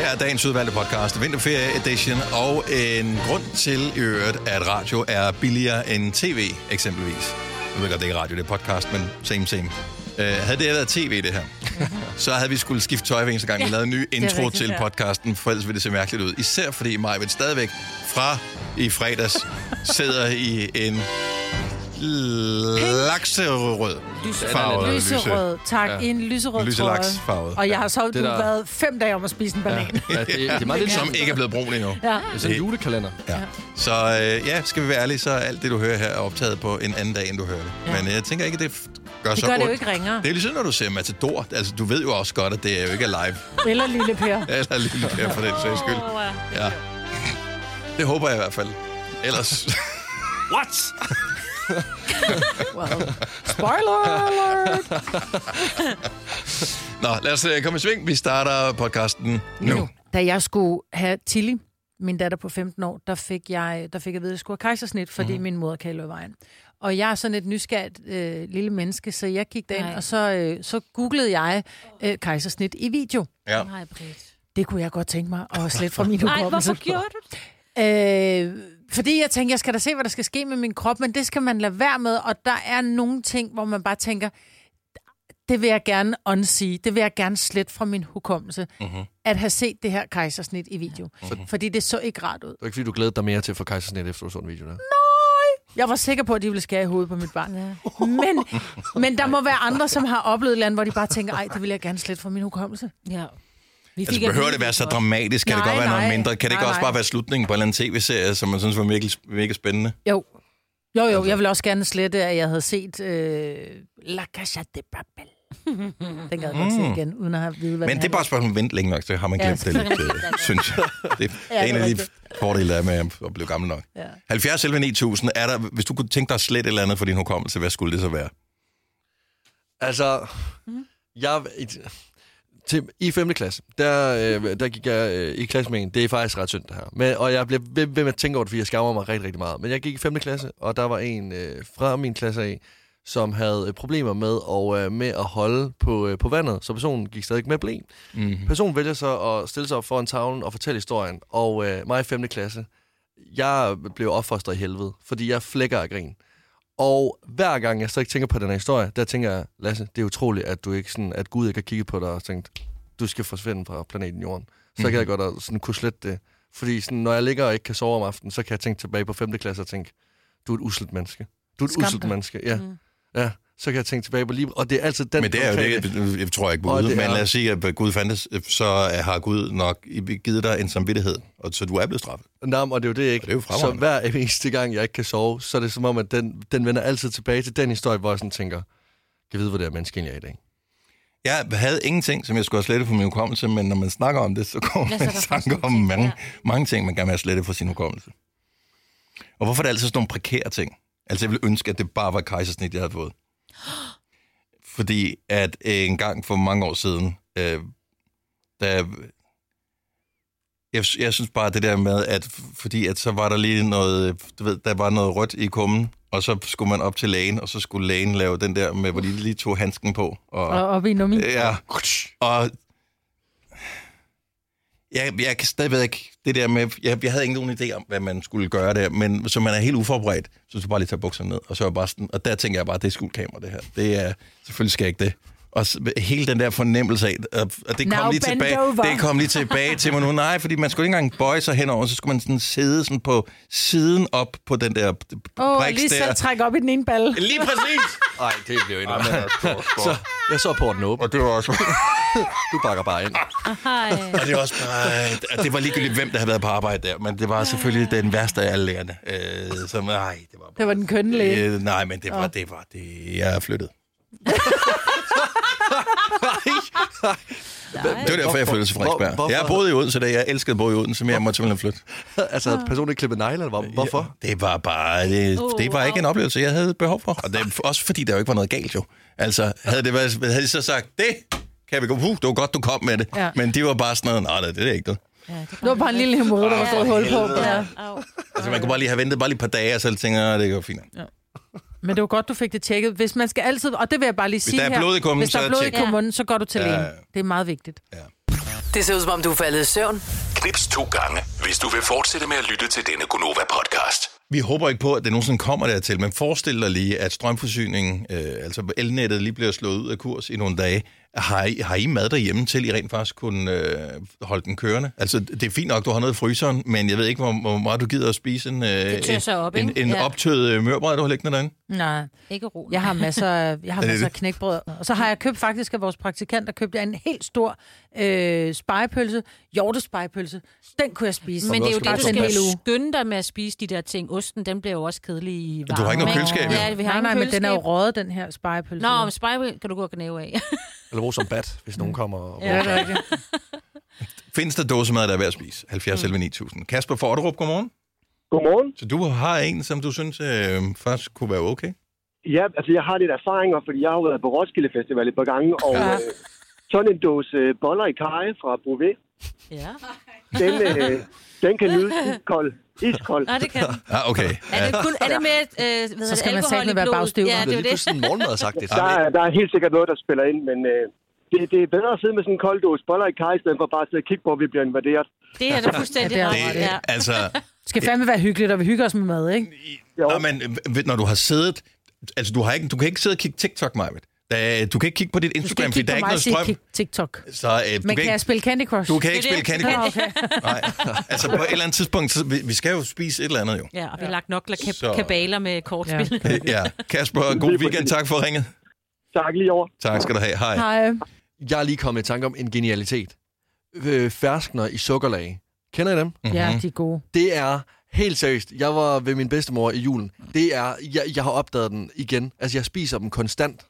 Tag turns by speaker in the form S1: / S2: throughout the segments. S1: er dagens udvalgte podcast, Vinterferie Edition, og en grund til i øvrigt, at radio er billigere end tv, eksempelvis. Jeg ved godt, det er ikke radio, det er podcast, men same, same. Uh, havde det været tv, det her, så havde vi skulle skifte tøj hver eneste gang, vi
S2: Ja,
S1: lavede en ny
S2: det er
S1: intro
S2: rigtigt,
S1: til
S2: ja.
S1: podcasten, for ellers ville det se mærkeligt ud. Især fordi Majved stadigvæk fra i fredags sidder i en lakserød farve.
S2: Lyserød, tak. Ja. I en lyserød
S1: Lyselaksfarvet.
S2: trøje. Og jeg har sovet
S3: Det
S2: det
S3: der-
S2: der... været fem dage om at spise en banan.
S3: Ja, det, det er meget lidt som
S1: Som ikke er blevet brun endnu. Altså,
S2: Ja.
S3: det er sådan en julekalender.
S1: Ja. Så øh, ja, skal vi være ærlige, så er alt det, du hører her, er optaget på en anden dag, end du hører det. Ja.
S2: Ja.
S1: Men øh, jeg tænker ikke, at det f- gør
S2: Det
S1: så
S2: gør det jo
S1: ondt.
S2: ikke ringere.
S1: Det er ligesom, når du ser Matador. Altså, du ved jo også godt, at det er jo ikke er live.
S2: Eller lille Per.
S1: Eller lille her for den sags skyld. Ja. Det håber jeg i hvert fald. Ellers...
S4: What?
S2: Wow. Spoiler alert!
S1: Nå, lad os øh, komme i sving. Vi starter podcasten nu. nu.
S2: Da jeg skulle have Tilly, min datter på 15 år, der fik jeg, der fik jeg at vide, at jeg skulle have kejsersnit, fordi mm-hmm. min mor kan løbe vejen. Og jeg er sådan et nysgerrigt øh, lille menneske, så jeg gik derind,
S5: Nej.
S2: og så, øh, så googlede jeg øh, kejsersnit i video.
S1: Ja.
S5: Nej, Britt.
S2: Det kunne jeg godt tænke mig at slette fra min
S5: Ej,
S2: hukommelse.
S5: hvorfor gjorde du det?
S2: Øh, fordi jeg tænker, jeg skal da se, hvad der skal ske med min krop, men det skal man lade være med, og der er nogle ting, hvor man bare tænker, det vil jeg gerne unsee, det vil jeg gerne slette fra min hukommelse,
S1: Mhm.
S2: uh-huh. at have set det her kejsersnit i video. Uh-huh. Fordi det så ikke rart ud.
S3: Det var ikke, fordi du glædede dig mere til at få kejsersnit, efter du så en video der.
S2: Jeg var sikker på, at de ville skære i hovedet på mit barn.
S5: Ja.
S2: Men, men der må være andre, som har oplevet et eller andet, hvor de bare tænker, ej, det vil jeg gerne slette fra min hukommelse.
S5: ja. Vi
S1: Altså, behøver det være så dramatisk? Kan det
S2: Nej,
S1: godt være noget
S2: nej.
S1: mindre? Kan det ikke
S2: Nej,
S1: også
S2: nej.
S1: bare være slutningen på en eller anden tv-serie, som man synes var virkelig, virkelig spændende?
S2: Jo. Jo,
S1: Altså.
S2: jo, jeg vil også gerne slette, at jeg havde set øh, La Casa de Papel. Den gad jeg godt se igen, uden at have vide, hvad
S1: Mm. Men
S2: den
S1: det er bare et spørgsmål om at vente længe nok, så har man
S2: Ja,
S1: glemt
S2: så
S1: ja, det lidt, øh, synes jeg. Det er ja, en
S2: det er
S1: af de fordele, der er med at blive gammel nok. Ja. 70 selv 9000, er der, hvis du kunne tænke dig slet et eller andet for din hukommelse, hvad skulle det så være?
S3: Altså, jeg... et- Til, I 5. klasse, der, øh, der gik jeg øh, i klasse med en. Det er faktisk ret synd, det her. Men, og jeg blev ved, ved med at tænke over det, fordi jeg skammer mig rigtig, rigtig meget. Men jeg gik i 5. klasse, og der var en øh, fra min klasse af, som havde øh, problemer med, og, øh, med at holde på, øh, på vandet, så personen gik stadig med blæ. Mm-hmm. Personen vælger så at stille sig op foran tavlen og fortælle historien. Og øh, mig i 5. klasse, jeg blev opfostret i helvede, fordi jeg flækker af grin. Og hver gang jeg så ikke tænker på den her historie, der tænker jeg, Lasse, det er utroligt, at, du ikke sådan, at Gud ikke har kigget på dig og tænkt, du skal forsvinde fra planeten Jorden. Så mm-hmm. kan jeg godt og sådan, kunne slette det. Fordi sådan, når jeg ligger og ikke kan sove om aftenen, så kan jeg tænke tilbage på 5. klasse og tænke, du er et uselt menneske. Du er et
S2: Skam
S3: uselt
S2: dig. Mhm.
S3: menneske. Ja. Mm. ja. Så kan jeg tænke tilbage på livet. Og det er altid den
S1: Men det er jo
S3: konkrete-
S1: det, jeg tror jeg ikke på
S3: Og
S1: Gud,
S3: det
S1: men
S3: er-
S1: lad os sige, at Gud fandtes, så har Gud nok givet dig en samvittighed, og så du er blevet straffet.
S3: Nej, og det er jo det ikke.
S1: Og det er jo
S3: så
S1: fremragende.
S3: hver eneste gang, jeg ikke kan sove, så er det som om, at den, den vender altid tilbage til den historie, hvor jeg sådan tænker, kan vide, hvor det er menneske egentlig er i dag.
S1: Jeg havde ingenting, som jeg skulle have slettet fra min hukommelse, men når man snakker om det, så kommer man
S5: Ja, så er
S1: i
S5: der
S1: tanker
S5: faktisk
S1: om
S5: nogle ting,
S1: mange, mange ting, man gerne vil have slettet fra sin hukommelse. Og hvorfor er det altid sådan nogle prekære ting? Altså, jeg ville ønske, at det bare var kejsersnit, jeg havde fået. Fordi at øh, en gang for mange år siden, øh, da jeg, jeg synes bare det der med, at f- fordi at så var der lige noget, øh, du ved, der var noget rødt i kummen, og så skulle man op til lægen, og så skulle lægen lave den der med, hvor de lige tog handsken på. Og,
S2: Og op i nummi.
S1: Ja. Og jeg, jeg kan stadigvæk det der med, jeg, jeg havde ikke nogen idé om, hvad man skulle gøre der, men så man er helt uforberedt, så skulle jeg bare lige tage bukserne ned, og så er jeg bare sådan, og der tænker jeg bare, det er skulkamera det her. Det er, selvfølgelig skal jeg ikke det. Og s- hele den der fornemmelse af, og og det kom,
S2: Now
S1: lige
S2: bend
S1: tilbage,
S2: over.
S1: det kom lige tilbage til mig nu. Nej, fordi man skulle ikke engang bøje sig henover, så skulle man sådan sidde sådan på siden op på den der
S2: Åh,
S1: oh,
S2: oh, lige selv
S1: der.
S2: trække op i den ene balle.
S1: Lige præcis!
S3: Nej, det blev endnu. så jeg så porten åben.
S1: Og det var også...
S3: Du bakker bare ind.
S5: Hej.
S1: Og det var også bare, øh, det var ligegyldigt, hvem der havde været på arbejde der, men det var selvfølgelig den værste af alle lærerne. Øh, som, nej, det var
S2: Det var den kønne læge.
S1: Øh, nej, men det var, det var det, jeg er flyttet. Det var derfor, jeg flyttede til
S3: Hvor-
S1: Frederiksberg.
S3: hvorfor?
S1: jeg boede i Odense, da jeg elskede at bo i Odense, men jeg måtte simpelthen flytte.
S3: altså,
S2: Ah.
S3: havde personen ikke klippet negle, eller hvor- hvorfor?
S1: Det var bare, det,
S5: Uh,
S1: det var ikke en
S5: wow.
S1: oplevelse, jeg havde behov for. Og det, også fordi der jo ikke var noget galt jo. Altså, havde, det været, havde de så sagt, det kan vi gå, uh, det var godt, du kom med det.
S2: Ja.
S1: Men det var bare sådan noget, nej, nej, det er ikke det.
S2: Det var bare en lille hemorrhoide, der var stået hul på. Ja.
S1: Altså, man kunne bare lige have ventet bare lige et par dage, og så tænkte jeg, "Nå, det går fint.
S2: Men det var godt, du fik det tjekket. Hvis man skal altid, og det vil jeg bare lige sige
S1: der er
S2: her.
S1: blod i kummen,
S2: Hvis der
S1: så
S2: er blod i
S1: tjek.
S2: kummen, så går du til
S1: Ja.
S2: lægen. Det er meget vigtigt.
S4: Det ser ud som om, du er faldet i søvn.
S6: Knips to gange, hvis du vil fortsætte med at lytte til denne Gonova-podcast.
S1: Vi håber ikke på, at det nogensinde kommer dertil, men forestil dig lige, at strømforsyningen, øh, altså elnettet, lige bliver slået ud af kurs i nogle dage. Har I, har I mad derhjemme til, I rent faktisk kunne øh, holde den kørende? Altså, det er fint nok, du har noget i fryseren, men jeg ved ikke, hvor, hvor meget du gider at spise en, øh,
S5: Det tør
S1: en,
S5: sig op,
S1: en,
S5: ikke?
S1: en
S5: Ja.
S1: optøet øh, mørbrød, du har liggende derinde.
S2: Nej.
S5: Ikke ro.
S2: Jeg har masser af, jeg har
S1: Er det
S2: masser af
S1: det?
S2: knækbrød. Og så har jeg købt faktisk af vores praktikant, der købte jeg en helt stor øh, spejepølse, hjortespejepølse. Den kunne jeg spise.
S5: Men det er jo
S1: Hvor
S5: det, du
S1: skal du
S5: skal
S1: passe?
S5: skynde dig med at spise de der ting. Osten, den bliver jo også kedelig i varmen.
S1: har ikke noget
S5: ikke?
S1: køleskab, jo.
S5: Ja, vi har
S2: Nej, nej,
S5: ingen
S2: men den er jo ligesom.
S5: køleskab.
S2: røget, den her spejepølse.
S5: Nå, om spejl kan du gå og gnæve af.
S3: Eller brug som bat, hvis nogen kommer og
S2: ja, det er rigtigt.
S1: Findes der dåsemad, der er værd at spise? 70 mm. 9000. Kasper Forderup, godmorgen.
S7: Godmorgen.
S1: Så du har en, som du synes øh, faktisk kunne være okay?
S7: Ja, altså jeg har lidt erfaringer, fordi jeg har jo været på Roskilde Festival et par gange, og
S2: Ja.
S7: øh, sådan en dåse øh, boller i kaj fra Bouvet,
S5: ja.
S7: den, øh, den kan nydes iskold. Iskold.
S5: Nå, det kan den.
S1: Ah, okay.
S5: Er det, kun, er det med øh, hvad
S2: Så
S5: så
S2: skal man
S5: alkohol
S2: satme
S5: i
S2: være
S5: blodet?
S2: bagstøver.
S5: Ja,
S3: Det er
S5: det er
S3: lige
S5: jo det.
S3: pludselig en morgenmad, sagt det.
S7: Der er, der er helt sikkert noget, der spiller ind, men øh, det, det er bedre at sidde med sådan en kold dåse boller i kaj, i stedet for bare at sidde og kigge på, at vi bliver invaderet.
S5: Det er da fuldstændig
S2: Ja, det er
S5: ret.
S1: Det,
S5: Ja.
S1: altså,
S2: Det skal fandme være hyggeligt, og vi hygger os med mad, ikke?
S7: Jo.
S1: Nå, men øh, ved- når du har siddet... Altså, du, har ikke, du kan ikke sidde og kigge TikTok, Majbet. Da, du kan ikke kigge på dit
S2: Du skal
S1: Instagram,
S2: ikke
S1: fordi
S2: kigge
S1: der er
S2: på
S1: ikke
S2: mig og
S1: noget
S2: sige
S1: strøm.
S2: kig- TikTok.
S1: Så øh, du,
S2: Men
S1: kan
S2: kan jeg
S1: ikke,
S2: spille Candy Crush?
S1: du kan ikke
S5: Det er
S1: spille
S5: det.
S1: Candy
S2: Nå,
S1: Crush.
S2: okay.
S1: Nej. Altså, på et eller andet tidspunkt, så, vi, vi skal jo spise et eller andet jo.
S5: ja, og vi har lagt nok la-
S1: Så-
S5: ka- kabaler med kortspil. Ja.
S1: Øh, Ja, Kasper, god weekend. Tak for ringet.
S7: Tak lige over.
S1: Tak skal du have. Hej.
S2: Hej.
S3: Jeg er lige kommet i tanke om en genialitet. Øh, Ferskner i sukkerlag. Kender I dem?
S1: Mhm.
S2: Ja, de er gode.
S3: Det er helt seriøst. Jeg var ved min bedstemor i julen. Det er, jeg, jeg har opdaget den igen. Altså, jeg spiser dem konstant.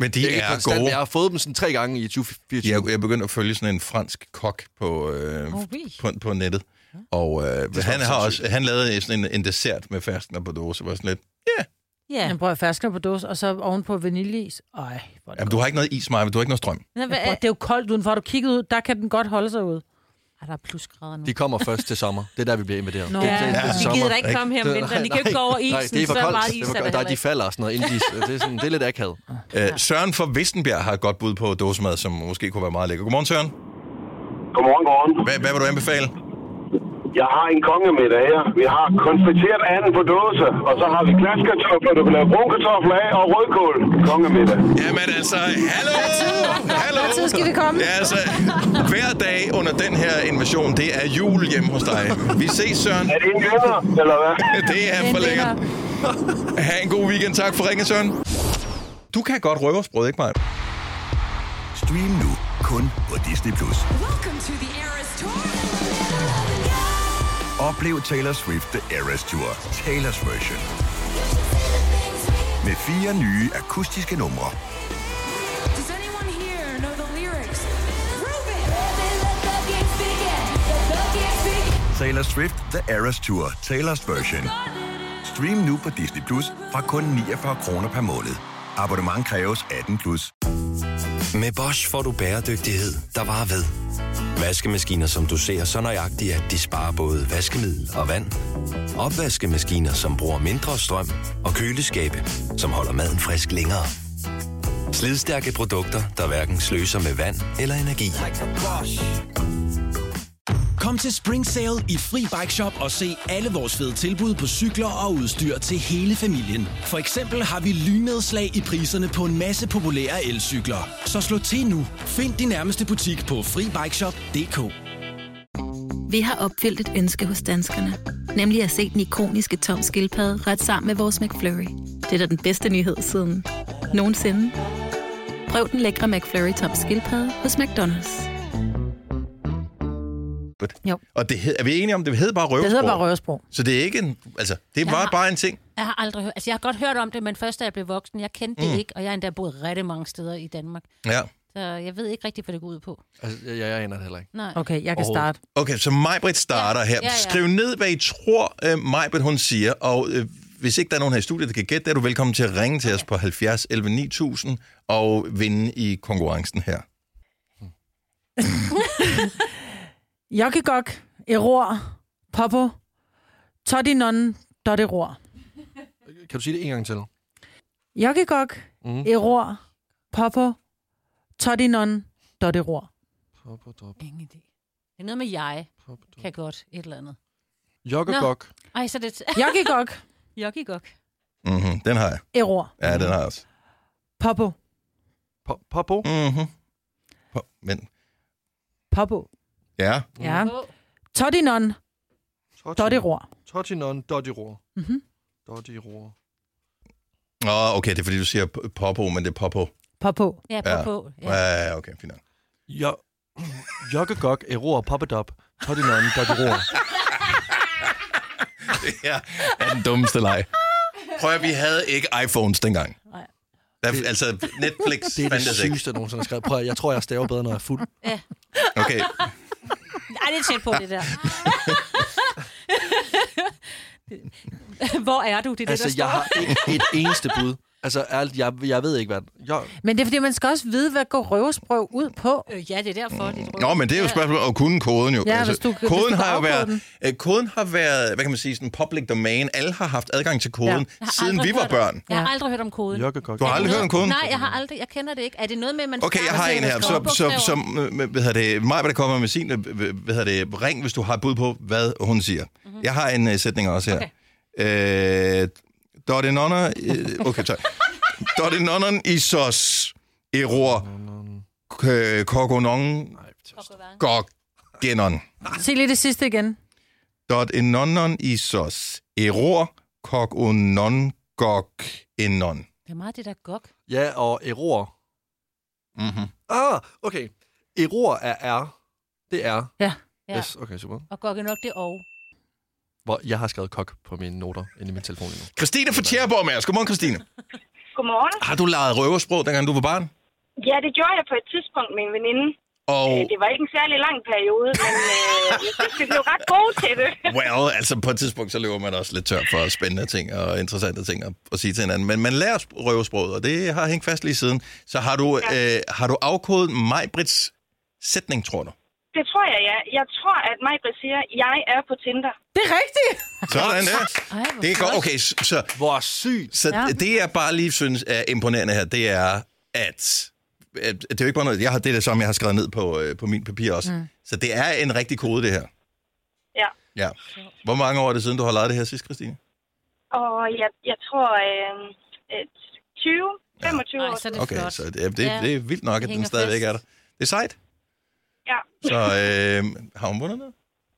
S1: Men de
S3: Det er ikke
S1: er
S3: konstant, men
S1: gode.
S3: Jeg har fået dem sådan tre gange i 2024.
S1: Jeg, jeg begyndte at følge sådan en fransk kok på, øh,
S5: Oh, oui.
S1: på, på nettet. Og øh,
S3: smager
S1: han, har også,
S3: sindssygt.
S1: han lavede sådan en, en dessert med ferskner på dåse. Var sådan lidt,
S5: ja.
S2: Jeg prøver ferskner på dåse, og så ovenpå vaniljeis. Ej, hvor er det
S1: jamen, du har ikke noget is, Maja, du har ikke noget strøm.
S5: Nå, hvad
S2: Prøv,
S5: er,
S2: det er jo koldt udenfor. Har Du kigget ud, der kan den godt holde sig ud.
S5: ah, der er plusgrader nu.
S3: De kommer først til sommer. Det er der, vi bliver inviteret.
S2: Nå.
S3: Det, det,
S5: Ja,
S3: det, er til
S5: de
S3: sommer.
S5: gider da ikke komme her om
S3: Det-
S5: vinteren.
S3: nej,
S5: De kan jo ikke gå over isen,
S3: Nej, det er for
S5: så er
S3: koldt.
S5: meget is,
S3: det er
S5: der
S3: for koldt. Der,
S5: heller
S3: de
S5: ikke.
S3: falder og sådan noget. Inden de, det, er sådan, det er lidt akavet.
S1: Øh, Søren fra Vestenbjerg har et godt bud på dåsemad, som måske kunne være meget lækker. Godmorgen, Søren.
S7: Godmorgen, godmorgen.
S1: Hvad, hvad vil du anbefale?
S7: Jeg har en kongemiddag her. Vi har konfiteret anden på dåse, og så har vi glaskartofler, der bliver brunkartofler af, og rødkål. Kongemiddag.
S1: Jamen altså, hallo! Hallo!
S2: Hvad tid skal vi komme?
S1: Ja, altså, hver dag under den her invasion, det er jul hjemme hos dig. Vi ses, Søren.
S7: Er det en jøder, eller hvad?
S1: Det er for lækkert. Ha' en god weekend. Tak for ringen, Søren. Du kan godt røversbrød, ikke mig?
S6: Stream nu kun på Disney+. Plus. Oplev Taylor Swift The Eras Tour, Taylor's version. Med fire nye akustiske numre.
S8: Does anyone here know the lyrics? Prove it! Let
S6: Taylor Swift The Eras Tour, Taylor's version. Stream nu på Disney Plus fra kun 49 kroner per måned. Abonnement kræves 18 plus.
S9: Med Bosch får du bæredygtighed, der varer ved. Vaskemaskiner, som du ser så nøjagtigt, at de sparer både vaskemiddel og vand. Opvaskemaskiner, som bruger mindre strøm. Og køleskabe, som holder maden frisk længere. Slidstærke produkter, der hverken sløser med vand eller energi.
S10: Kom til Spring Sale i Fri Bike Shop og se alle vores fede tilbud på cykler og udstyr til hele familien. For eksempel har vi lynedslag i priserne på en masse populære elcykler. Så slå til nu. Find din nærmeste butik på FriBikeShop.dk
S11: Vi har opfyldt et ønske hos danskerne. Nemlig at se den ikoniske tom skildpadde ret sammen med vores McFlurry. Det er da den bedste nyhed siden nogensinde. Prøv den lækre McFlurry tom skildpadde hos McDonald's.
S2: Jo.
S1: Og det hed, er vi enige om, det hedder bare røversbrød?
S2: Det hedder bare røversprog.
S1: Så det er ikke en... Altså, det var
S5: Ja.
S1: bare en ting.
S5: Jeg har aldrig hørt. Altså, jeg har godt hørt om det, men først da jeg blev voksen, jeg kendte
S3: Mm.
S5: det ikke, og jeg har endda boet rigtig mange steder i Danmark.
S1: Ja.
S5: Så jeg ved ikke rigtigt, hvad det går ud på.
S3: Altså, jeg, jeg aner det heller ikke.
S5: Nej.
S2: Okay, jeg kan starte.
S1: Okay, så Majbrit starter
S5: Ja,
S1: her.
S5: ja, ja.
S1: Skriv ned, hvad I tror, øh, Majbrit hun siger, og øh, hvis ikke der er nogen her i studiet, der kan gætte, det, er du velkommen til at ringe til os på 70 11 9000 og vinde i konkurrencen her.
S2: Jokkegok, Eror, Popo, Todinon, Dotteror.
S3: Kan du sige det en gang til?
S2: Jokkegok,
S3: Mm.
S2: Eror, Popo, Todinon, Dotteror.
S3: Hop og drop.
S5: Ingen idé. Det er noget med jeg.
S3: Hop,
S5: Kan jeg godt et eller andet.
S3: Jok og
S5: Nå.
S3: gok.
S5: Ej, så er det...
S2: Jokkigok.
S5: Jokkigok.
S1: Mm-hmm. Den har jeg.
S2: Error.
S1: Ja, den har jeg også.
S2: Popo.
S3: Po- Popo.
S1: Mm-hmm. Po- men,
S2: Popo.
S1: ja.
S2: Ja. Todinon. Dotteror.
S3: Totinon Dottiror.
S2: Mhm.
S3: Dottiror.
S1: Åh, okay, det er fordi, du siger p- popo, men det er popo.
S2: Popo.
S5: Ja,
S1: Ja.
S5: på. Ja.
S1: Ja, ja okay, fint. nok.
S3: Jo... Jok og gok, eror, poppedop. Totinon Dottiror.
S1: Det her er den dummeste leg. Prøv at vi havde ikke iPhones dengang.
S5: Nej.
S1: Der, altså, Netflix
S3: Det er det
S1: fandtes ikke.
S3: sygeste, jeg nogensinde har skrevet. Prøv at, jeg tror, jeg staver bedre, når jeg er fuld.
S1: Okay,
S5: Ej, det er tæt på, det der. Hvor er du? Det er det,
S3: Altså,
S5: der står.
S3: jeg har ikke et eneste bud. Altså, ærligt, jeg, jeg ved ikke, hvad... Jeg,
S2: Men det er, fordi man skal også vide, hvad går røvesprøv ud på.
S5: Øh, ja, det er derfor. Det er
S1: Nå, men det er jo et spørgsmål om kunne koden jo. Altså,
S2: Ja, hvis du- hvis
S1: koden
S2: du kan
S1: har jo
S2: afkode
S1: været, øh, koden har været, hvad kan man sige, sådan public domain. Alle har haft adgang til koden, ja. siden vi var børn.
S5: Jeg har aldrig hørt om koden.
S3: jeg kan godt.
S1: Du har aldrig hørt om koden?
S5: Nej, jeg har aldrig. Jeg kender det ikke. Er det noget med, at man
S1: Okay, jeg
S5: snakker
S1: har
S5: til
S1: en her,
S5: med
S1: så, så,
S5: skovbogstaver?
S1: som, øh, hvad hedder det, mig, der kommer med sin, øh, hvad hedder det, ring, hvis du har et bud på, hvad hun siger. Mm-hmm. Jeg har en uh, sætning også her. Okay. Øh, Dotte nonner, øh, okay, tak. Dotte nonner i sos, eror, k- kogonon, gogenon.
S2: Se lige det sidste igen.
S1: Dot en nonnon i sos, eror, kogonon, gogenon.
S5: Det er meget det der gok.
S3: Ja, og eror.
S1: Mm-hmm.
S3: Ah, okay. Eror er R. Det er R.
S2: Ja.
S5: Ja.
S3: Yes, okay, super.
S5: Og gok er nok det og.
S3: Hvor jeg har skrevet kok på mine noter inde i min telefon lige nu.
S1: Christine fra Tjæreborg med os. Godmorgen, Christine.
S4: Godmorgen.
S1: Har du leget røversprog, dengang du var barn?
S4: Ja, det gjorde jeg på et tidspunkt med en veninde.
S1: Og...
S6: Mm.
S4: Øh, Det var ikke en særlig lang periode, men øh, jeg synes, vi blev ret gode til det.
S1: Well, altså på et tidspunkt, så løber man også lidt tør for spændende ting og interessante ting at, at sige til hinanden. Men man lærer sp- røvesproget, og det har hængt fast lige siden. Så har du, ja. øh, har du afkodet Majbrits sætning, tror du?
S4: Det tror jeg, ja. Jeg tror, at Majbrit siger, at jeg er på Tinder.
S2: Det er rigtigt.
S1: Sådan der.
S5: Ej, hvor
S1: Det er godt.
S5: flot.
S1: Okay, s- så,
S3: Hvor sygt.
S1: så ja. det, jeg bare lige synes er imponerende her, det er, at, at det er jo ikke bare noget, jeg har det, der, som jeg har skrevet ned på, øh, på min papir også. Mm. Så det er en rigtig kode, det her.
S4: Ja.
S1: Ja. Hvor mange år er det siden, du har lavet det her sidst, Christine?
S4: Og jeg, jeg tror, øh, øh, 20, 25
S5: Ej,
S4: år.
S5: så er det
S1: Okay,
S5: flot.
S1: så det, det,
S5: Ja.
S1: det er vildt nok,
S5: Det
S1: at den
S5: hænger
S1: stadigvæk
S5: fast.
S1: er der. Det er sejt.
S4: Ja.
S1: Så øh, har hun vundet noget?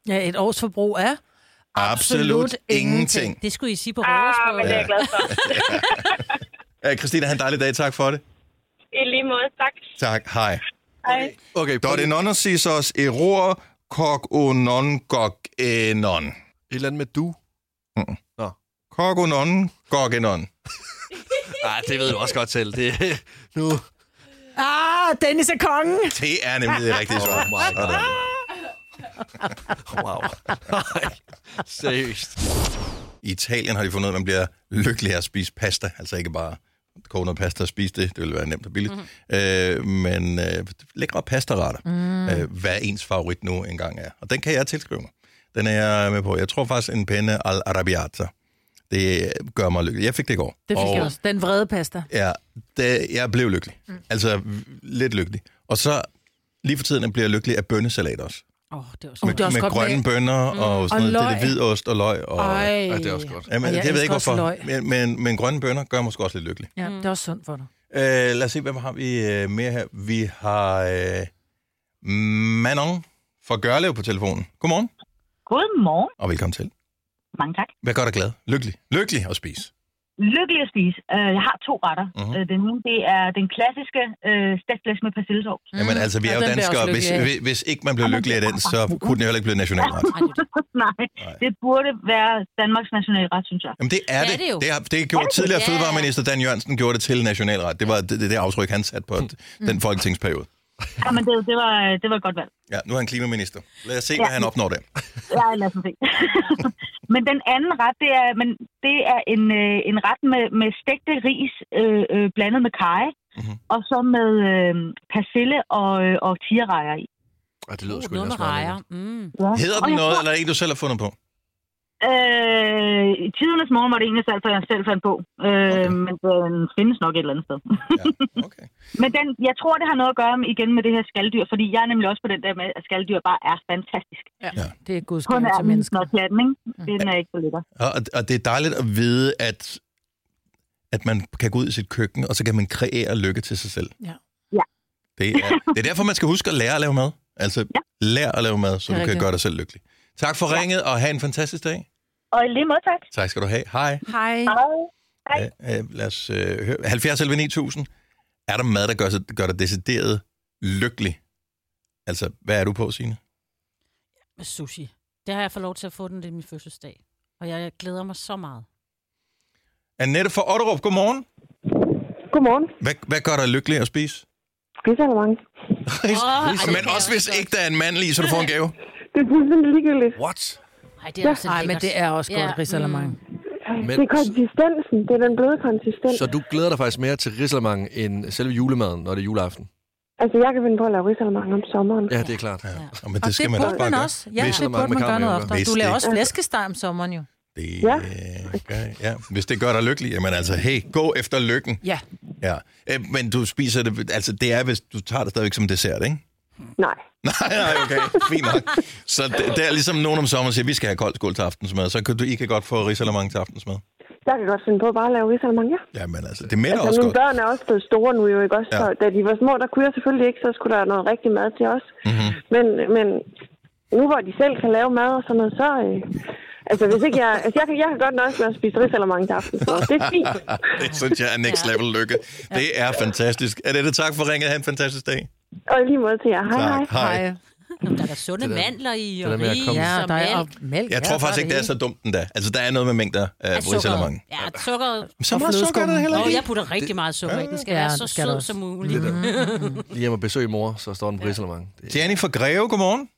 S2: Ja, et års forbrug af...
S5: Det skulle I sige på
S4: Ah,
S5: røversprog.
S4: men det er jeg glad for.
S1: Æ, Christina, have en dejlig dag. Tak for det.
S4: I lige måde, tak.
S1: Tak. Hej.
S4: Hej.
S3: Okay, prøv
S1: Dotte
S3: lige-
S1: nonner siger så os eror kok o non gok e non.
S3: Et eller andet med du.
S1: Kok o non gok e non.
S3: Ah, det ved du også godt selv. Det, nu.
S2: Ah, Dennis er kongen.
S1: Det er nemlig det rigtige svar.
S3: Oh my
S1: Sådan.
S3: Wow. Nej, seriøst.
S1: I Italien har de fundet ud af, at man bliver lykkelig af at spise pasta. Altså ikke bare koge noget pasta og spise det. Det ville være nemt og billigt. Mm. Øh, men øh, lækre pastaretter. Mm. Øh, hvad ens favorit nu engang er. Og den kan jeg tilskrive mig. Den er jeg med på. Jeg tror faktisk, en penne al arabiata. Det gør mig lykkelig. Jeg fik det i går.
S2: Det fik
S1: og,
S2: jeg også. Den vrede pasta.
S1: Ja, det, jeg blev lykkelig. Mm. Altså v- lidt lykkelig. Og så lige for tiden bliver jeg lykkelig af bønnesalat også.
S5: Åh, oh, det var
S2: Uh,
S5: sådan.
S2: det er også
S1: med
S2: godt
S1: grønne
S2: med- Mm.
S1: bønner og sådan noget.
S2: Og
S1: Det er
S2: løg.
S1: det hvidost og løg. Og,
S3: Ja, det er også godt.
S1: Jamen,
S2: Og
S1: jeg
S2: jeg
S1: det ved jeg ikke,
S2: elsker også
S1: hvorfor. Men, men, men grønne bønner gør måske også lidt lykkelig.
S2: Ja, det er også sundt for dig.
S1: Øh, lad os se, hvad har vi øh, mere her? Vi har øh, Manon fra Gørlev på telefonen. Godmorgen,
S12: Godmorgen.
S1: og velkommen til.
S12: Mange tak.
S1: Vær godt og glad. Lykkelig. Lykkelig at spise.
S12: Lykkelig at spise. Øh, Jeg har to retter.
S1: Mhm.
S12: Uh-huh. Den ene, det er den klassiske øh, stedflæs med persillesovs.
S1: Mm, Jamen altså, vi
S2: og
S1: er jo
S2: den bliver jeg
S1: danskere.
S2: også
S1: Hvis,
S2: lykkelig af.
S1: hvis, hvis ikke man blev lykkelig af den, så kunne den jo heller ikke blive nationalret.
S12: Nej, det burde være Danmarks nationalret, synes jeg.
S1: Jamen det er
S5: Ja,
S1: det.
S5: det er jo.
S1: det, har, det gjorde tidligere fødevareminister Dan Jørgensen gjorde det til nationalret. Det var det, det, det aftryk, han satte på den folketingsperiode.
S12: Ja, men det, det, var, det var et godt valg.
S1: Ja, nu er han klimaminister. Lad os se, hvad
S12: Ja.
S1: han opnår der.
S12: Ja, lad os nu se. men den anden ret, det er, men det er en, øh, en ret med, med stegte ris øh, øh, blandet med kaj.
S1: Mhm.
S12: Og så med øh, persille og, øh, og tigerrejer i.
S3: Ej, det lyder
S5: Uh,
S3: sgu
S5: noget
S3: ellers
S5: med
S3: meget
S5: rejer.
S3: lækkert.
S5: Mm.
S12: Ja.
S1: Hedder
S12: Og
S1: den
S12: jeg
S1: noget,
S12: tror-
S1: eller er det en, du selv har fundet på?
S12: Øh, i tidernes morgen var det egentlig selv, for jeg selv fandt på. Øh, okay. Men den findes nok et eller andet sted. Ja, okay. men den, jeg tror, det har noget at gøre med, igen med det her skalddyr, fordi jeg er nemlig også på den der med, at skalddyr bare er fantastisk.
S2: Ja, ja. det er guds
S12: Kun
S2: gave
S12: er
S2: til
S12: den
S2: mennesker.
S12: snot klatten, ikke? Den er ikke så lækker.
S1: Og, og det er dejligt at vide, at, at man kan gå ud i sit køkken, og så kan man kreere lykke til sig selv.
S2: Ja.
S12: Ja.
S1: Det er, det er derfor, man skal huske at lære at lave mad. Altså, ja. lær at lave mad, så
S12: Det er
S1: du kan
S12: rigtigt.
S1: gøre dig selv lykkelig. Tak for ringet, og have en fantastisk dag.
S12: Og i lige måde, tak.
S1: Tak skal du have. Hej.
S2: Hej.
S1: Hej. Øh, lad os øh, høre. 70 11 9000. Er der mad, der gør, sig, gør dig decideret lykkelig? Altså, hvad er du på, Signe?
S5: Sushi. Det har jeg fået lov til at få den til min fødselsdag. Og jeg glæder mig så meget.
S1: Annette fra Otterup, godmorgen.
S13: Godmorgen.
S1: Hvad, hvad gør dig lykkelig at spise?
S13: Ridsalermang.
S1: Ris.
S13: ej,
S1: Men også hvis ikke der er en mand lige, så du får en gave.
S13: Det er fuldstændig ligegyldigt.
S1: What?
S5: Nej,
S13: Ja.
S2: Nej, men det er også godt, ja. mm. risalamang.
S13: Men...
S3: Men-
S13: Det er konsistensen. Det er den bløde konsistens.
S3: Så du glæder dig faktisk mere til risalamangen end selve julemaden, når det er juleaften?
S13: Altså, jeg kan finde på at lave ridsalermang om sommeren.
S3: Ja, det er klart. Ja.
S1: Ja. Men
S2: Og det burde man også. Ja, det burde man gøre noget oftere. Du laver også flæskesteg om sommeren jo.
S1: Det,
S2: ja.
S1: Okay, ja. Hvis det gør dig lykkelig, jamen altså, hey, gå efter lykken.
S2: Ja.
S1: Ja. Øh, Men du spiser det, altså det er, hvis du tager det stadigvæk som dessert, ikke?
S13: Nej.
S1: Nej, nej, okay. Fint nok. Så det, det er ligesom nogen om sommeren siger, vi skal have kold skål til aftensmad, så kan du, I kan godt få risalamang til aftensmad.
S13: Jeg kan godt finde på at bare lave ridsalermang, ja.
S1: Jamen altså, det mætter
S13: altså,
S1: også
S13: mine
S1: godt.
S13: børn er også blevet store nu, jo ikke også?
S1: Ja.
S13: Ja. Så, da de var små, der kunne jeg selvfølgelig ikke, så skulle der noget rigtig mad til os.
S1: Mm-hmm.
S13: Men, men nu hvor de selv kan lave mad og sådan noget, så... Øh, altså, hvis ikke jeg... Altså, jeg kan, jeg kan godt nøjes med at spise ridsalermang til aften. Så det er fint.
S1: det synes jeg er next level lykke. Det er fantastisk. Annette, tak for ringet. Ha' en fantastisk dag.
S13: Og i lige måde til jer. Hej,
S1: Tak.
S13: hej.
S1: Hej. Hej.
S5: Nå, der er der sunde
S1: Det der-
S5: mandler i,
S1: det
S5: og
S1: der med at
S5: ris og,
S1: komme- Ja,
S5: ja,
S1: og
S2: der er-
S5: mælk.
S2: mælk.
S1: Jeg tror faktisk ikke, det er så dumt endda. Altså, der er noget med mængder af risalamang.
S5: Ja, sukker.
S1: Så meget sukker er der heller
S5: ikke.
S1: ikke.
S5: jeg putter rigtig meget sukker i. Den skal
S2: Ja,
S5: være
S2: det
S5: så
S2: skal der
S5: sød
S2: også.
S5: som muligt.
S3: Lige hjemme og besøge mor, så står den på risalamangen. Det
S1: Gianni fra Greve, godmorgen.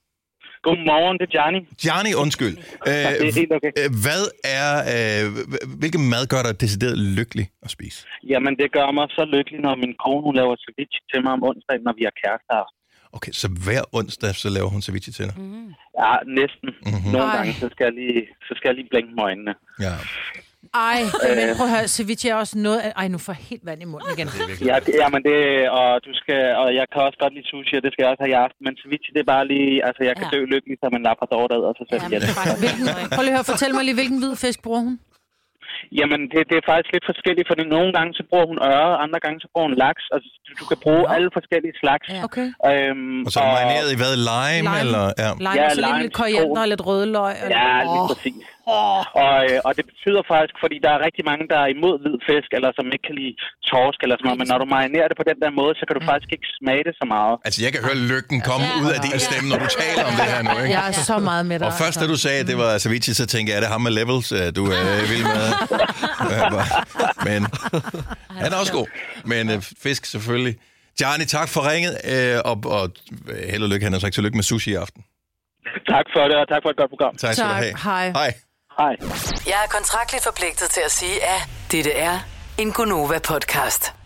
S14: Godmorgen, det er Gianni.
S1: Gianni, undskyld. Øh,
S14: Ja, det er helt okay.
S1: øh, Hvad er, øh, h- hvilken mad gør dig decideret lykkelig at spise?
S14: Jamen, det gør mig så lykkelig, når min kone hun laver ceviche til mig om onsdagen, når vi har kærester.
S1: Okay, så hver onsdag, så laver hun ceviche til dig.
S14: Ja, næsten.
S1: Mhm.
S14: Mm-hmm. Nogle
S2: Ej.
S14: gange, så skal jeg lige, så skal jeg lige blænke med øjnene.
S1: Ja.
S2: Ej, men
S14: Øh.
S2: prøv at høre, ceviche er også noget... af- Ej, nu får jeg helt vand i munden igen.
S14: Ja, det, jamen det, og du skal, og jeg kan også godt lide sushi, og det skal jeg også have i aften, men ceviche, det er bare lige, altså jeg kan
S2: Ja.
S14: ja. dø lykkelig som en labrador, der æder sig selv ihjel.
S2: Hvilken, prøv lige at høre, fortæl mig lige, hvilken hvid fisk bruger hun?
S14: Jamen, det, det er faktisk lidt forskelligt, fordi nogle gange så bruger hun øre, andre gange så bruger hun laks. Altså, du, du kan bruge alle forskellige slags.
S2: Okay.
S14: Øhm,
S1: Og så er det marineret i hvad? Lime?
S14: Lime.
S1: Eller, ja.
S2: Lime, ja, og så lige lidt koriander og lidt rødløg. Og
S14: Ja,
S2: lidt...
S14: lige præcis. Og, øh, og det betyder faktisk, fordi der er rigtig mange, der er imod hvid fisk, eller som ikke kan lide torsk, eller sådan noget, men når du marinerer det på den der måde, så kan du faktisk ikke smage det så meget.
S1: Altså, jeg kan høre lykken komme ud af din stemme, når du taler om det her nu, ikke?
S2: Jeg er så meget med dig. altså.
S1: Og først, da du sagde, at det var ceviche, så tænkte jeg, er det ham med levels, øh, du er øh, vild med? Men han er også god. Men øh, fisk, selvfølgelig. Gianni, tak for ringet, øh, og, og øh, held og lykke. Han har sagt tillykke med sushi i aften.
S14: Tak for det, og tak for et godt program.
S1: Tak skal du have.
S15: Hej.
S1: Hej.
S14: Hej.
S15: Jeg er kontraktligt forpligtet til at sige, at dette er en Gonova-podcast.